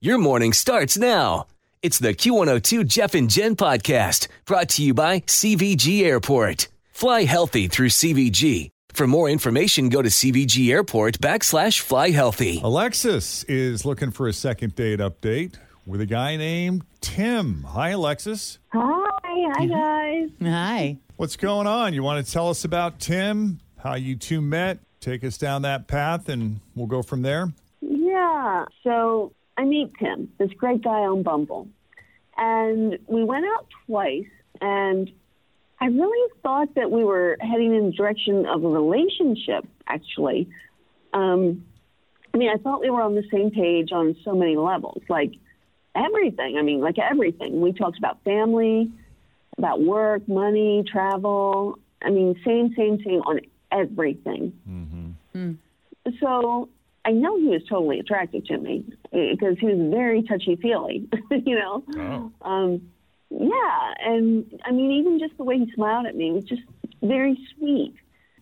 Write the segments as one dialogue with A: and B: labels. A: Your morning starts now. It's the Q102 Jeff and Jen podcast brought to you by CVG Airport. Fly healthy through CVG. For more information, go to CVG Airport backslash fly healthy.
B: Alexis is looking for a second date update with a guy named Tim. Hi, Alexis.
C: Hi, hi guys.
D: Hi.
B: What's going on? You want to tell us about Tim, how you two met? Take us down that path and we'll go from there.
C: Yeah. So I meet Tim, this great guy on Bumble, and we went out twice, and I really thought that we were heading in the direction of a relationship. Actually, um, I mean, I thought we were on the same page on so many levels, like everything. I mean, like everything. We talked about family, about work, money, travel. I mean, same, same, same on everything so I know he was totally attracted to me because he was very touchy feely, you know. Um, yeah, and I mean, even just the way he smiled at me was just very sweet.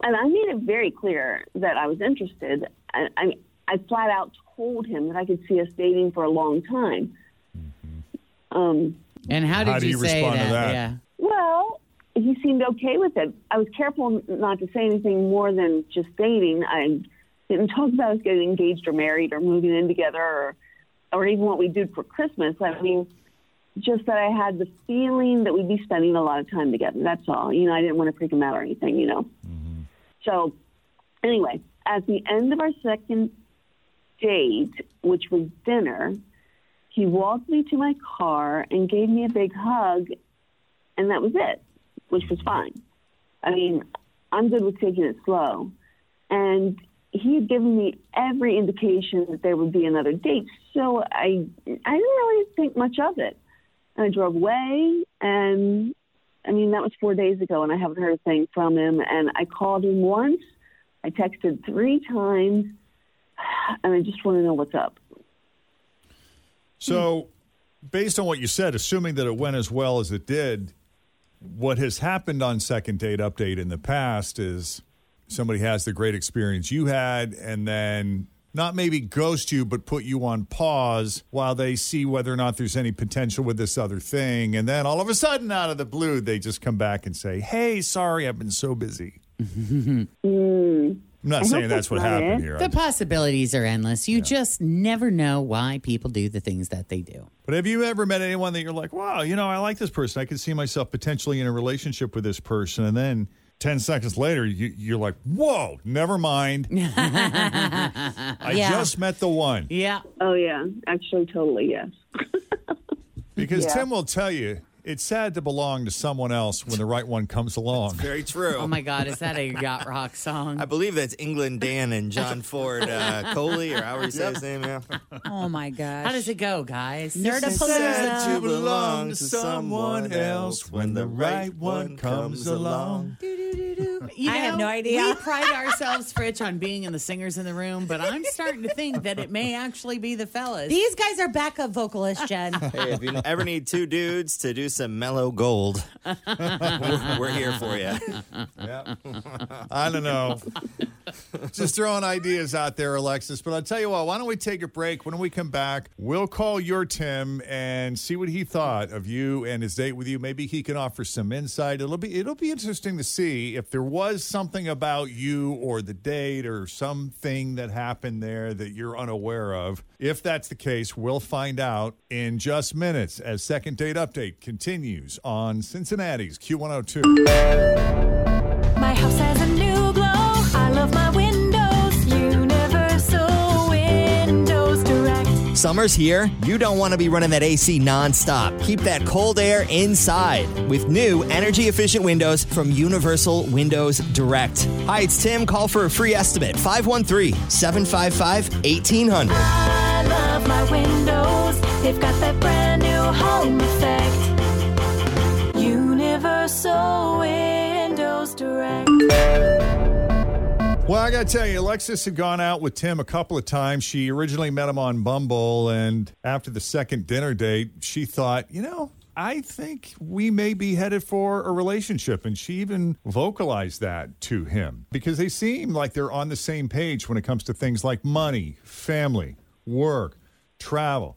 C: And I made it very clear that I was interested. I, I, I flat out told him that I could see us dating for a long time. Um,
D: And how did
B: How do
D: you,
B: you
D: say
B: respond to
D: that?
B: that?
D: Yeah.
C: Well, he seemed okay with it. I was careful not to say anything more than just dating. I didn't talk about us getting engaged or married or moving in together or, or even what we did for Christmas. I mean, just that I had the feeling that we'd be spending a lot of time together. That's all. You know, I didn't want to freak him out or anything, you know. So, anyway, at the end of our second date, which was dinner, he walked me to my car and gave me a big hug and that was it, which was fine. I mean, I'm good with taking it slow. And he had given me every indication that there would be another date, so I I didn't really think much of it. And I drove away, and I mean that was four days ago, and I haven't heard a thing from him. And I called him once, I texted three times, and I just want to know what's up.
B: So, based on what you said, assuming that it went as well as it did, what has happened on Second Date Update in the past is somebody has the great experience you had and then not maybe ghost you, but put you on pause while they see whether or not there's any potential with this other thing. And then all of a sudden, out of the blue, they just come back and say, Hey, sorry, I've been so busy. I'm not saying
C: Hmm. hope
B: that's
C: that's
B: what
C: not
B: happened
C: it.
B: here.
D: The possibilities are endless. You just never know why people do the things that they do.
B: But have you ever met anyone that you're like, wow, you know, I like this person. I could see myself potentially in a relationship with this person. And then 10 seconds later, you, you're like, whoa, never mind. I just met the one.
D: Yeah.
C: Oh yeah, actually, totally yes.
B: Because Tim will tell you, it's sad to belong to someone else when the right one comes along.
E: Very true.
D: Oh my God, is that a yacht rock song?
E: I believe that's England Dan and John Ford uh, Coley, or however you say his name. Yeah.
F: Oh my gosh.
D: How does it go, guys?
F: Nerdapalooza.
E: Sad to belong to someone else when the right one comes along.
D: You
F: I have
D: know,
F: no idea.
D: We pride ourselves, Fritch, on being in the singers in the room, but I'm starting to think that it may actually be the fellas.
F: These guys are backup vocalists, Jen.
E: Hey, if you ever need two dudes to do some mellow gold, we're, we're here for you.
B: I don't know. Just throwing ideas out there, Alexis. But I'll tell you what, why don't we take a break? When we come back, we'll call your Tim and see what he thought of you and his date with you. Maybe he can offer some insight. It'll be it'll be interesting to see if there was something about you or the date or something that happened there that you're unaware of. If that's the case, we'll find out in just minutes as second date update continues. continues on Cincinnati's Q102.
G: My house has a new glow. I love my windows. Universal Windows Direct.
H: Summer's here. You don't want to be running that AC nonstop. Keep that cold air inside with new energy efficient windows from Universal Windows Direct. Hi, it's Tim. Call for a free estimate 513 755 1800.
G: I love my windows. They've got that brand new home effect. Universal Windows Direct.
B: Well, I got to tell you, Alexis had gone out with Tim a couple of times. She originally met him on Bumble, and after the second dinner date, she thought, you know, I think we may be headed for a relationship. And she even vocalized that to him because they seem like they're on the same page when it comes to things like money, family, work, travel.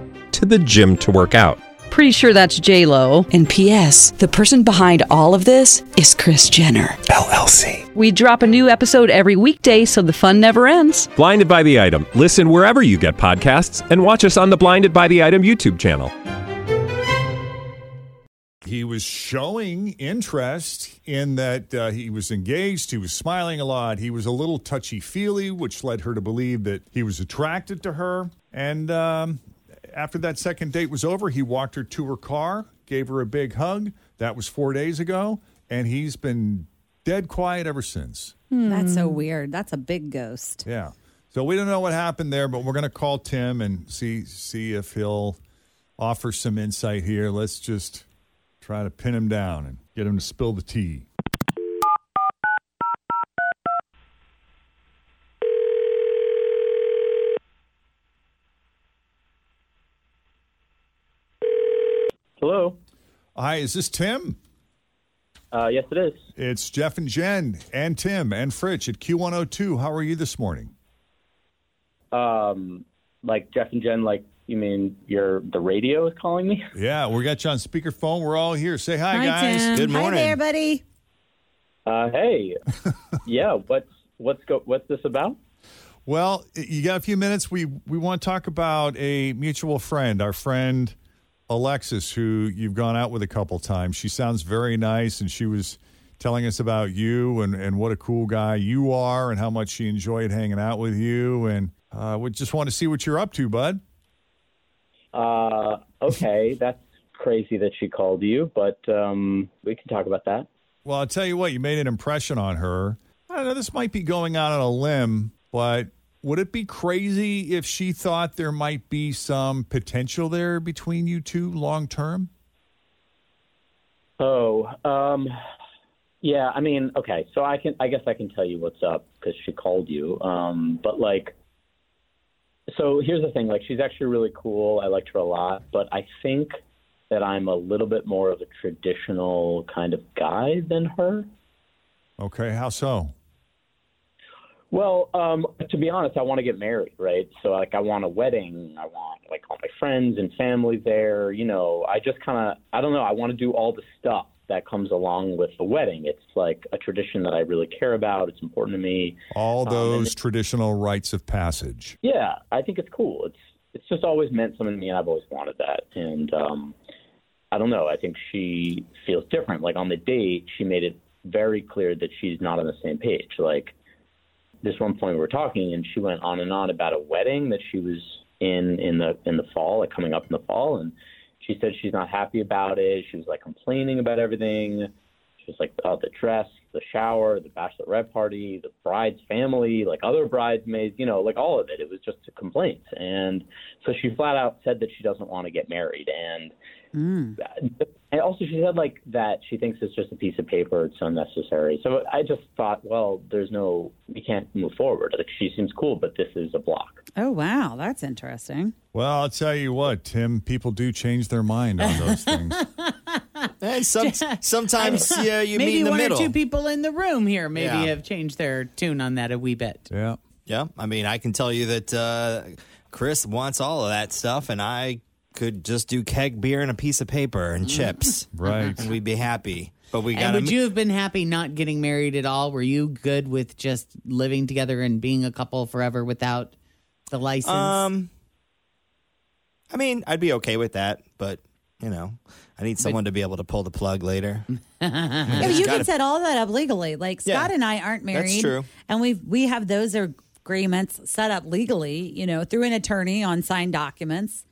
E: to the gym to work out.
D: Pretty sure that's J Lo.
I: And P.S. The person behind all of this is Chris Jenner.
E: LLC.
D: We drop a new episode every weekday, so the fun never ends.
E: Blinded by the item. Listen wherever you get podcasts, and watch us on the Blinded by the Item YouTube channel.
B: He was showing interest in that uh, he was engaged. He was smiling a lot. He was a little touchy feely, which led her to believe that he was attracted to her. And um, after that second date was over, he walked her to her car, gave her a big hug. That was four days ago. And he's been dead quiet ever since.
J: That's
F: Mm.
J: so weird. That's a big ghost.
B: Yeah. So we don't know what happened there, but we're going to call Tim and see see if he'll offer some insight here. Let's just try to pin him down and get him to spill the tea.
C: Hello.
B: Hi, is this Tim?
C: Uh, yes, it is.
B: It's Jeff and Jen and Tim and Fritch at Q102. How are you this morning?
C: Um, like Jeff and Jen, like you mean your the radio is calling me?
B: Yeah, we got you on speakerphone. We're all here. Say hi,
J: Hi,
B: guys.
J: Tim.
H: Good morning.
J: Hi there, buddy.
C: Uh, hey, yeah. What's what's go, what's this about?
B: Well, you got a few minutes. We we want to talk about a mutual friend, our friend Alexis, who you've gone out with a couple times. She sounds very nice, and she was telling us about you and and what a cool guy you are, and how much she enjoyed hanging out with you. And uh, we just want to see what you're up to, bud.
C: Uh, okay, that's crazy that she called you, but um, we can talk about that.
B: Well, I'll tell you what, you made an impression on her. I don't know, this might be going out on a limb, but would it be crazy if she thought there might be some potential there between you two long term?
C: Oh, um, yeah. I mean, okay. So I can, I guess, I can tell you what's up because she called you. Um, but like, so here's the thing. Like, she's actually really cool. I liked her a lot, but I think that I'm a little bit more of a traditional kind of guy than her.
B: Okay, how so?
C: Well, um, to be honest, I want to get married, right? So like, I want a wedding. I want like all my friends and family there. You know, I just kind of, I don't know. I want to do all the stuff that comes along with the wedding. It's like a tradition that I really care about. It's important to me.
B: All
C: Um,
B: those
C: and-
B: traditional rites of passage.
C: Yeah, I think it's cool. It's it's just always meant something to me, and I've always wanted that. And um, I don't know. I think she feels different. Like on the date, she made it very clear that she's not on the same page. Like this one point we were talking, and she went on and on about a wedding that she was in in the in the fall, like coming up in the fall, and she said she's not happy about it. She was like complaining about everything. She was like oh, the dress, the shower, the bachelorette party, the bride's family, like other bridesmaids, you know, like all of it. It was just a complaint, and so she flat out said that she doesn't want to get married, and. And also, she said like that she thinks it's just a piece of paper; it's unnecessary. So I just thought, well, there's no, we can't move forward. Like she seems cool, but this is a block.
J: Oh, wow. That's interesting.
B: Well, I'll tell you what, Tim, people do change their mind on those things.
E: And some, sometimes yeah, you
K: maybe
E: meet in the
K: one
E: middle.
K: or two people in the room here maybe
E: Yeah.
K: have changed their tune on that a wee bit.
B: Yeah.
E: Yeah. I mean, I can tell you that uh, Chris wants all of that stuff, and I could just do keg beer and a piece of paper and chips.
B: Right.
E: And we'd be happy. But we got
K: Mm. And
E: to.
K: would you have been happy not getting married at all? Were you good with just living together and being a couple forever without the license?
E: Um, I mean, I'd be okay with that, but, you know, I need someone to be able to pull the plug later.
K: Mm.
G: Yeah, but you
E: Gotta-
G: can set all that up legally. Like
E: Yeah.
G: Scott and I aren't married.
E: true.
G: And we we have those agreements set up legally, you know, through an attorney on signed documents.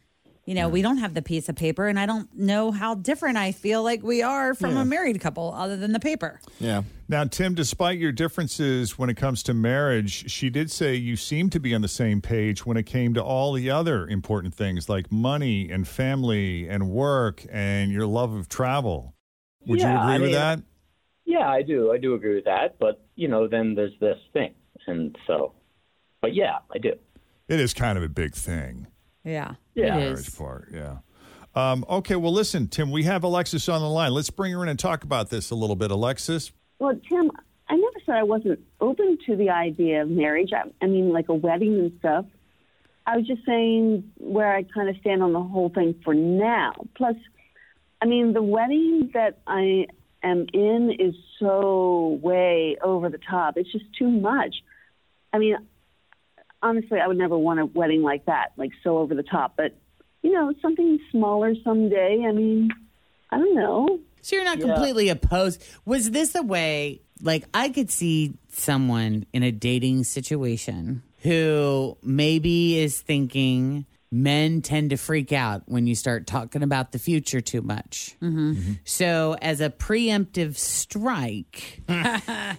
G: You know,
L: Mm.
G: we don't have the piece of paper, and I don't know how different I feel like we are from a married couple, other than the paper.
E: Yeah.
B: Now, Tim, despite your differences when it comes to marriage, she did say you seemed to be on the same page when it came to all the other important things like money and family and work and your love of travel. Would you
M: Yeah,
B: agree
M: I
B: with
M: mean,
B: that?
M: Yeah, I do. I do agree with that. But, you know, then there's this thing. And so, but yeah, I do.
B: It is kind of a big thing.
G: Yeah.
M: Yeah.
B: The marriage part, yeah. Um, okay, well, listen, Tim, we have Alexis on the line. Let's bring her in and talk about this a little bit, Alexis.
C: Well, Tim, I never said I wasn't open to the idea of marriage. I, I mean, like a wedding and stuff. I was just saying where I kind of stand on the whole thing for now. Plus, I mean, the wedding that I am in is so way over the top. It's just too much. I mean, honestly, I would never want a wedding like that, like so over the top. But, you know, something smaller someday. I mean, I don't know.
K: So you're not completely opposed. Was this a way, like, I could see someone in a dating situation who maybe is thinking men tend to freak out when you start talking about the future too much.
G: Mm-hmm.
K: So, as a preemptive strike,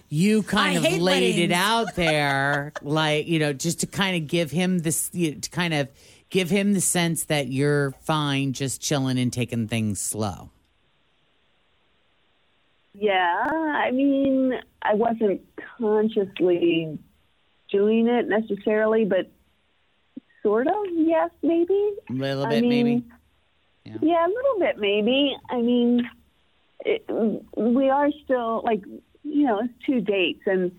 K: you kind
G: I
K: of
G: hate
K: laid it
G: weddings.
K: out there, like you know, just to kind of give him this, you know, to kind of give him the sense that you're fine, just chilling and taking things slow.
C: Yeah, I mean, I wasn't consciously doing it necessarily, but sort of, yes, maybe.
K: A little
C: I
K: bit, maybe.
C: mean, Yeah. a little bit, maybe. I mean, it, we are still, like, you know, it's two dates, and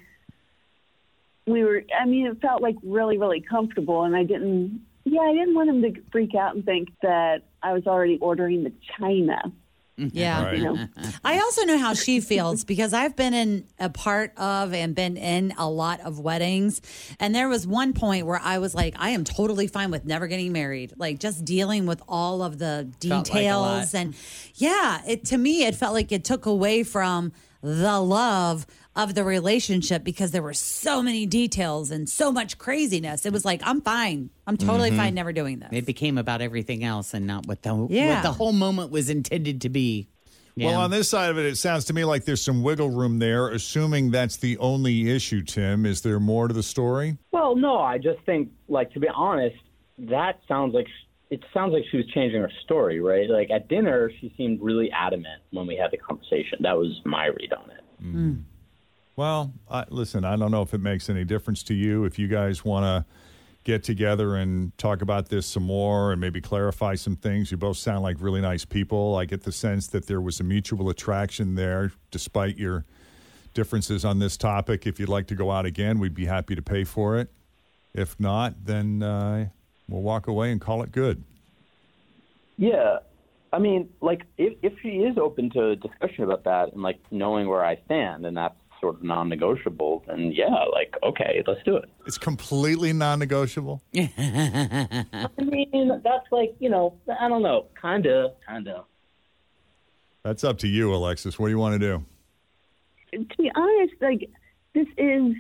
C: we were, I mean, it felt like really, really comfortable, and I didn't, yeah, I didn't want him to freak out and think that I was already ordering the china.
G: Yeah.
C: You know?
G: I also know how she feels because I've been in a part of and been in a lot of weddings. And there was one point where I was like, I am totally fine with never getting married. Like just dealing with all of the
L: Felt like a lot.
G: details and yeah, it to me it felt like it took away from the love of the relationship because there were so many details and so much craziness. It was like, I'm fine. I'm totally
K: Mhm.
G: fine never doing that.
K: It became about everything else and not what the
G: Yeah.
K: what the whole moment was intended to be.
B: Well, on this side of it, it sounds to me like there's some wiggle room there, assuming that's the only issue, Tim. Is there more to the story?
M: Well, no, I just think, like, to be honest, that sounds like it sounds like she was changing her story, right? Like at dinner, she seemed really adamant when we had the conversation. That was my read on it.
B: Well, I, listen, I don't know if it makes any difference to you. If you guys want to get together and talk about this some more and maybe clarify some things, you both sound like really nice people. I get the sense that there was a mutual attraction there, despite your differences on this topic. If you'd like to go out again, we'd be happy to pay for it. If not, then uh, we'll walk away and call it good.
M: Yeah. I mean, like, if, if she is open to discussion about that and, like, knowing where I stand and that's sort of non negotiable, then yeah, like, okay, let's do it.
B: It's completely non negotiable.
M: I mean, that's like, you know, I don't know. Kind of, kind of.
B: That's up to you, Alexis. What do you want to do?
C: to be honest, like this is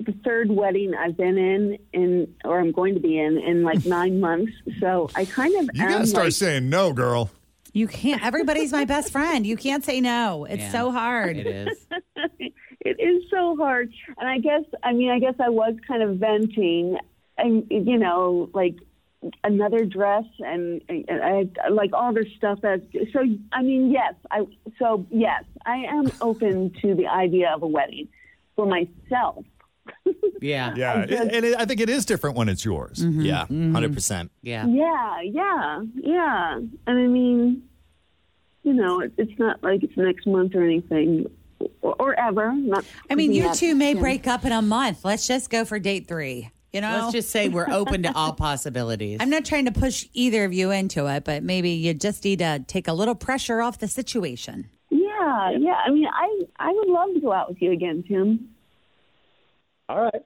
C: the third wedding I've been in, in or I'm going to be in in like nine months. So I kind of
B: You
C: am,
M: Um,
B: got to start
C: like-
B: saying no, girl.
G: You can't. Everybody's my best friend. You can't say no. It's
B: Yeah,
G: so hard.
B: it is.
C: it is so hard. And I guess I mean I guess I was kind of venting, and you know like another dress and, and I, like all this stuff that so I mean yes I so yes I am open to the idea of a wedding for myself.
K: Yeah.
B: Yeah. it- and it, I think it is different when it's yours.
M: Mm-hmm.
K: Mm-hmm.
E: Yeah. 100%.
K: Yeah.
C: Yeah, yeah, yeah. And I mean, you know, it, it's not like it's next month or anything, or, or ever. Not.
G: I mean, you
C: Yeah.
G: two may
C: Yeah.
G: break up in a month. Let's just go for date three. You know,
K: Let's just say we're open to all possibilities.
G: I'm not trying to push either of you into it, but maybe you just need to take a little pressure off the situation.
C: Yeah, yeah. I mean, I I would love to go out with you again, Tim.
M: All right.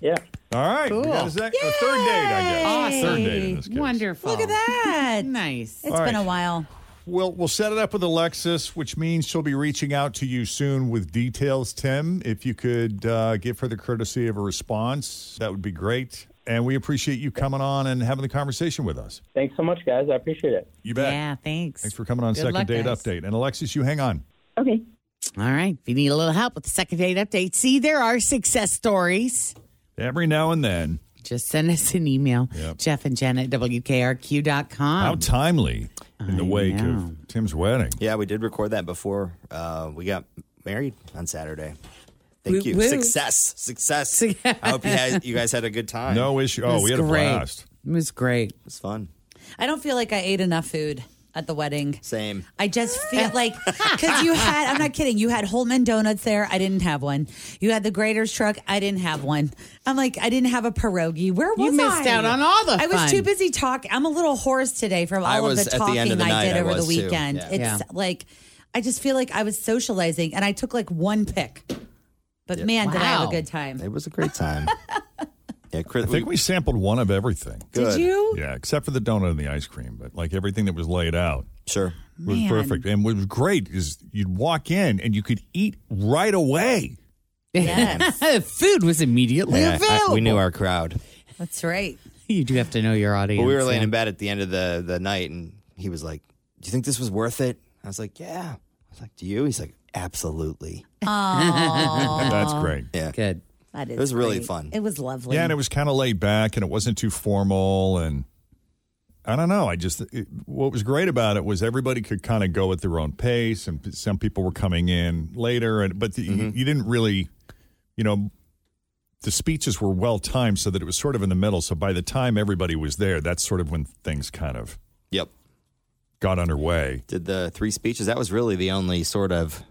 M: Yeah.
B: All right.
C: Cool.
B: We got a, sec- a third date, I guess. Third date in this case.
K: Wonderful.
G: Look at that.
K: nice.
G: It's
B: All right.
G: been a while.
B: We'll, we'll set it up with Alexis, which means she'll be reaching out to you soon with details, Tim. If you could uh, give her the courtesy of a response, that would be great. And we appreciate you coming on and having the conversation with us.
M: Thanks so much, guys. I appreciate it.
B: You bet.
K: Yeah, thanks.
B: Thanks for coming on
K: Good
B: Second
K: luck,
B: Date
K: guys.
B: Update. And Alexis, you hang on.
C: Okay.
K: All right. If you need a little help with the second date update, see, there are success stories.
B: Every now and then.
K: Just send us an email, Jeff and Jen at WKRQ.com.
B: How timely in the wake
K: Um, know.
B: of Tim's wedding.
E: Yeah, we did record that before uh, we got married on Saturday. Thank
K: Woo-
E: you.
K: woo.
E: Success. Success. I hope you, had, you guys had a good time.
B: No issue. Oh, we had a blast.
K: It was great. It
E: was fun.
G: I don't feel like I ate enough food at the wedding.
E: Same.
G: I just feel like because you had. I'm not kidding. You had Holman donuts there. I didn't have one. You had the Grader's truck. I didn't have one. I'm like I didn't have a pierogi. Where was
K: You missed
G: I?
K: out on all the
G: I was
K: fun.
G: too busy talking. I'm a little hoarse today from all
E: I
G: of
E: was
G: the
E: at the end
G: talking
E: of the
G: I
E: night,
G: did
E: I
G: over the
E: was too.
G: weekend.
E: Yeah.
G: It's
E: Yeah.
G: like I just feel like I was socializing and I took like one pick. But
E: Yep.
G: man, did I have a
E: Wow.
G: good time.
E: It was a great time. yeah, Chris,
B: I think we sampled one of everything.
E: Good.
G: you?
B: Yeah, except for the donut and the ice cream, but like everything that was laid out.
E: Sure.
B: Was
G: Man.
B: perfect. And what was great is you'd walk in and you could eat right away.
K: Food was immediately
E: Yeah, I-
K: available.
E: we knew our crowd.
G: That's right.
K: You do have to know your audience.
E: But we were laying
K: yeah.
E: in bed at the end of the, the night, and he was like, Do you think this was worth it? I was like, Yeah. I was like, Do you? He's like, Absolutely.
G: Aw.
B: That's great.
E: Yeah.
K: Good.
G: That is
E: It was really
G: great.
E: fun.
G: It was lovely.
B: Yeah, and it was kind of laid back and it wasn't too formal. And I don't know. I just, it, what was great about it was everybody could kind of go at their own pace. And p- some people were coming in later, and but the,
G: Mm-hmm.
B: you, you didn't really, you know, the speeches were well timed so that it was sort of in the middle. So by the time everybody was there, that's sort of when things kind of
E: Yep.
B: got underway.
E: Did the three speeches. That was really the only sort of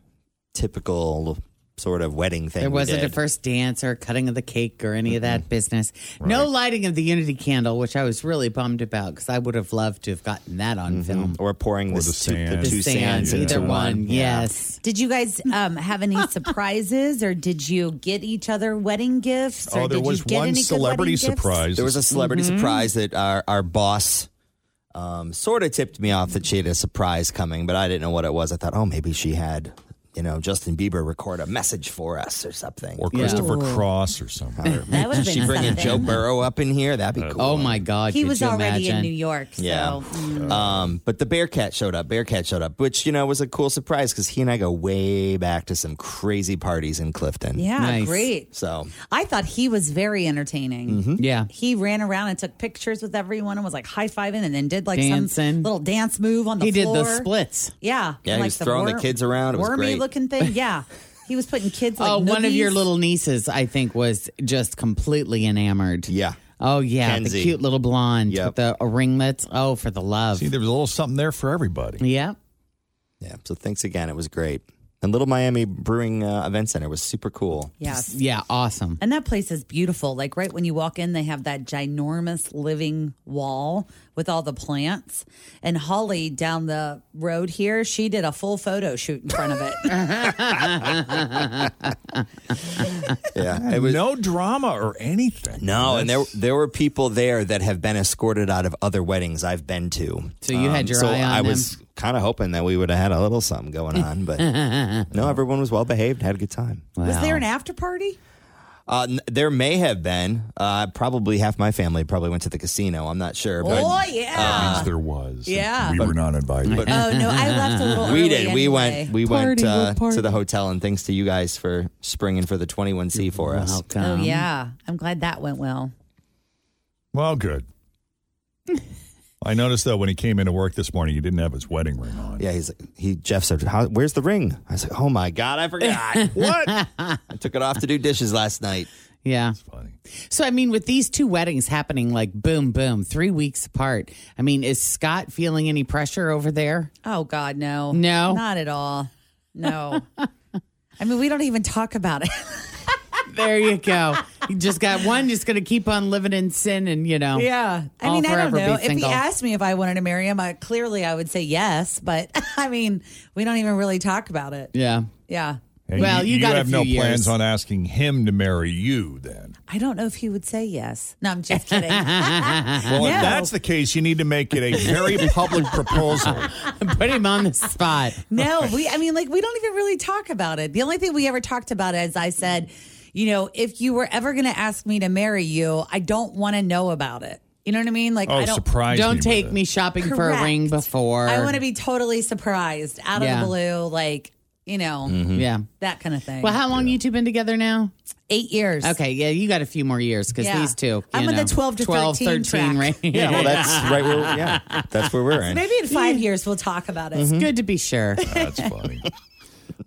E: typical sort of wedding thing.
K: There
E: we
K: wasn't a
E: did.
K: first dance or cutting of the cake or any of that business. No lighting of the unity candle, which I was really bummed about because I would have loved to have gotten that on film.
E: Mm-hmm. Or pouring
B: Or
E: this
B: the
E: two,
B: sand.
E: the two
K: The sands,
E: sands into
K: either one.
E: Yeah.
K: Yes.
G: Did you guys um, have any surprises, or did you get each other wedding gifts? Or
E: Oh, there
G: did
E: was
G: you get
E: one
G: any good
E: celebrity
G: wedding gifts?
E: surprise. There was a celebrity
K: Mm-hmm.
E: surprise that our, our boss um, sort of tipped me off that she had a surprise coming, but I didn't know what it was. I thought, oh, maybe she had, you know, Justin Bieber record a message for us or something.
B: Or Christopher Cross or something.
G: That would've
E: she
G: been
E: bringing
G: something.
E: Joe Burrow up in here? That'd be cool.
K: Oh my God!
G: He
K: could
G: was
K: you
G: already
K: imagine?
G: in New York. So.
E: Yeah.
G: mm.
E: Um, but the Bearcat showed up. Bearcat showed up, which you know was a cool surprise because he and I go way back to some crazy parties in Clifton.
G: Yeah, great.
E: So
G: I thought he was very entertaining.
E: Mm-hmm.
K: Yeah.
G: He ran around and took pictures with everyone and was like high fiving, and then did like
K: Dancing.
G: some little dance move on the
K: He did
G: floor.
K: the splits.
G: Yeah,
E: Yeah,
G: and,
E: he
G: like
E: was throwing the kids around. It was
G: wormy
E: great.
G: looking thing. Yeah, he was putting kids. Like
K: oh, one of your
G: noogies.
K: little nieces, I think, was just completely enamored.
E: Yeah.
K: Oh yeah,
E: Kenzie.
K: the cute little blonde
E: Yep.
K: with the ringlets. Oh, for the love.
B: See, there was a little something there for everybody.
K: yeah.
E: yeah, so thanks again. It was great. And Little Miami Brewing uh, Event Center was super cool.
G: Yes.
K: Yeah. Awesome.
G: And that place is beautiful. Like right when you walk in, they have that ginormous living wall with all the plants. And Holly down the road here, she did a full photo shoot in front of it.
E: Yeah,
B: no drama or anything.
E: No, and there there were people there that have been escorted out of other weddings I've been to. Um,
K: So you had your
E: so
K: eye on
E: I was kind of hoping that we would have had a little something going on, but no, everyone was well behaved, had a good time.
G: Was there an after party?
E: Uh, n- there may have been. Uh, probably half my family probably went to the casino. I'm not sure. But,
G: Oh, yeah.
B: there was.
G: Yeah.
B: We were not invited.
E: But-
G: Oh, no, I left a little
E: we
G: early
E: did. We
G: anyway.
E: went. We went
G: Party,
E: uh,
G: what party?
E: to the hotel, and thanks to you guys for springing for the 21C for us.
G: Oh, yeah. I'm glad that went well.
B: Well, good. I noticed though when he came into work this morning, he didn't have his wedding ring on.
E: Yeah, he's he. Jeff said, How, "Where's the ring?" I was like, "Oh my god, I forgot."
B: What?
E: I took it off to do dishes last night.
K: Yeah. That's funny. So, I mean, with these two weddings happening like boom, boom, three weeks apart, I mean, is Scott feeling any pressure over there?
G: Oh God, no,
K: No.
G: not at all. No, I mean we don't even talk about it.
K: There you go. you just got one just going to keep on living in sin and, you know.
G: yeah, I
K: all
G: mean I don't
K: forever be
G: know. If he
K: single.
G: asked me if I wanted to marry him, I, clearly I would say yes. But I mean, we don't even really talk about it.
K: Yeah.
G: Yeah,
B: And
G: Well, you got a
B: have no
G: few years.
B: plans on asking him to marry you then.
G: I don't know if he would say yes. No, I'm just kidding.
B: Well,
G: No.
B: if that's the case, you need to make it a very public proposal.
K: Put him on the spot.
G: No, we. I mean, like we don't even really talk about it. The only thing we ever talked about, as I said, you know, if you were ever going to ask me to marry you, I don't want to know about it. You know what I mean?
B: Oh,
G: Like, I don't
K: Don't take me shopping for a ring before.
G: I want to be totally surprised, out of
K: Yeah.
G: the blue, like you know,
K: Mhm. Yeah.
G: that kind of thing.
K: Well, how long you two been together now?
G: Eight years.
K: Okay, yeah, you got a few more years because
G: Yeah.
K: these two. you
G: I'm in the
K: know,
G: 12 to 13
K: range.
G: track.
E: Yeah, well, that's right where- yeah, that's where we're
G: So maybe in five years we'll talk about it.
K: It's good to be sure.
B: That's funny.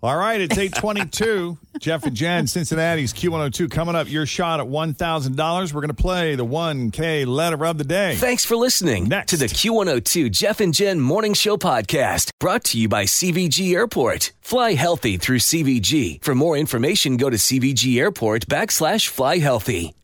B: All right, it's 822. Jeff and Jen, Cincinnati's Q102. Coming up, your shot at $1,000. We're going to play the 1K letter of the day.
A: Thanks for listening to the Q102 Jeff and Jen Morning Show podcast brought to you by CVG Airport. Fly healthy through CVG. For more information, go to CVG Airport backslash fly healthy.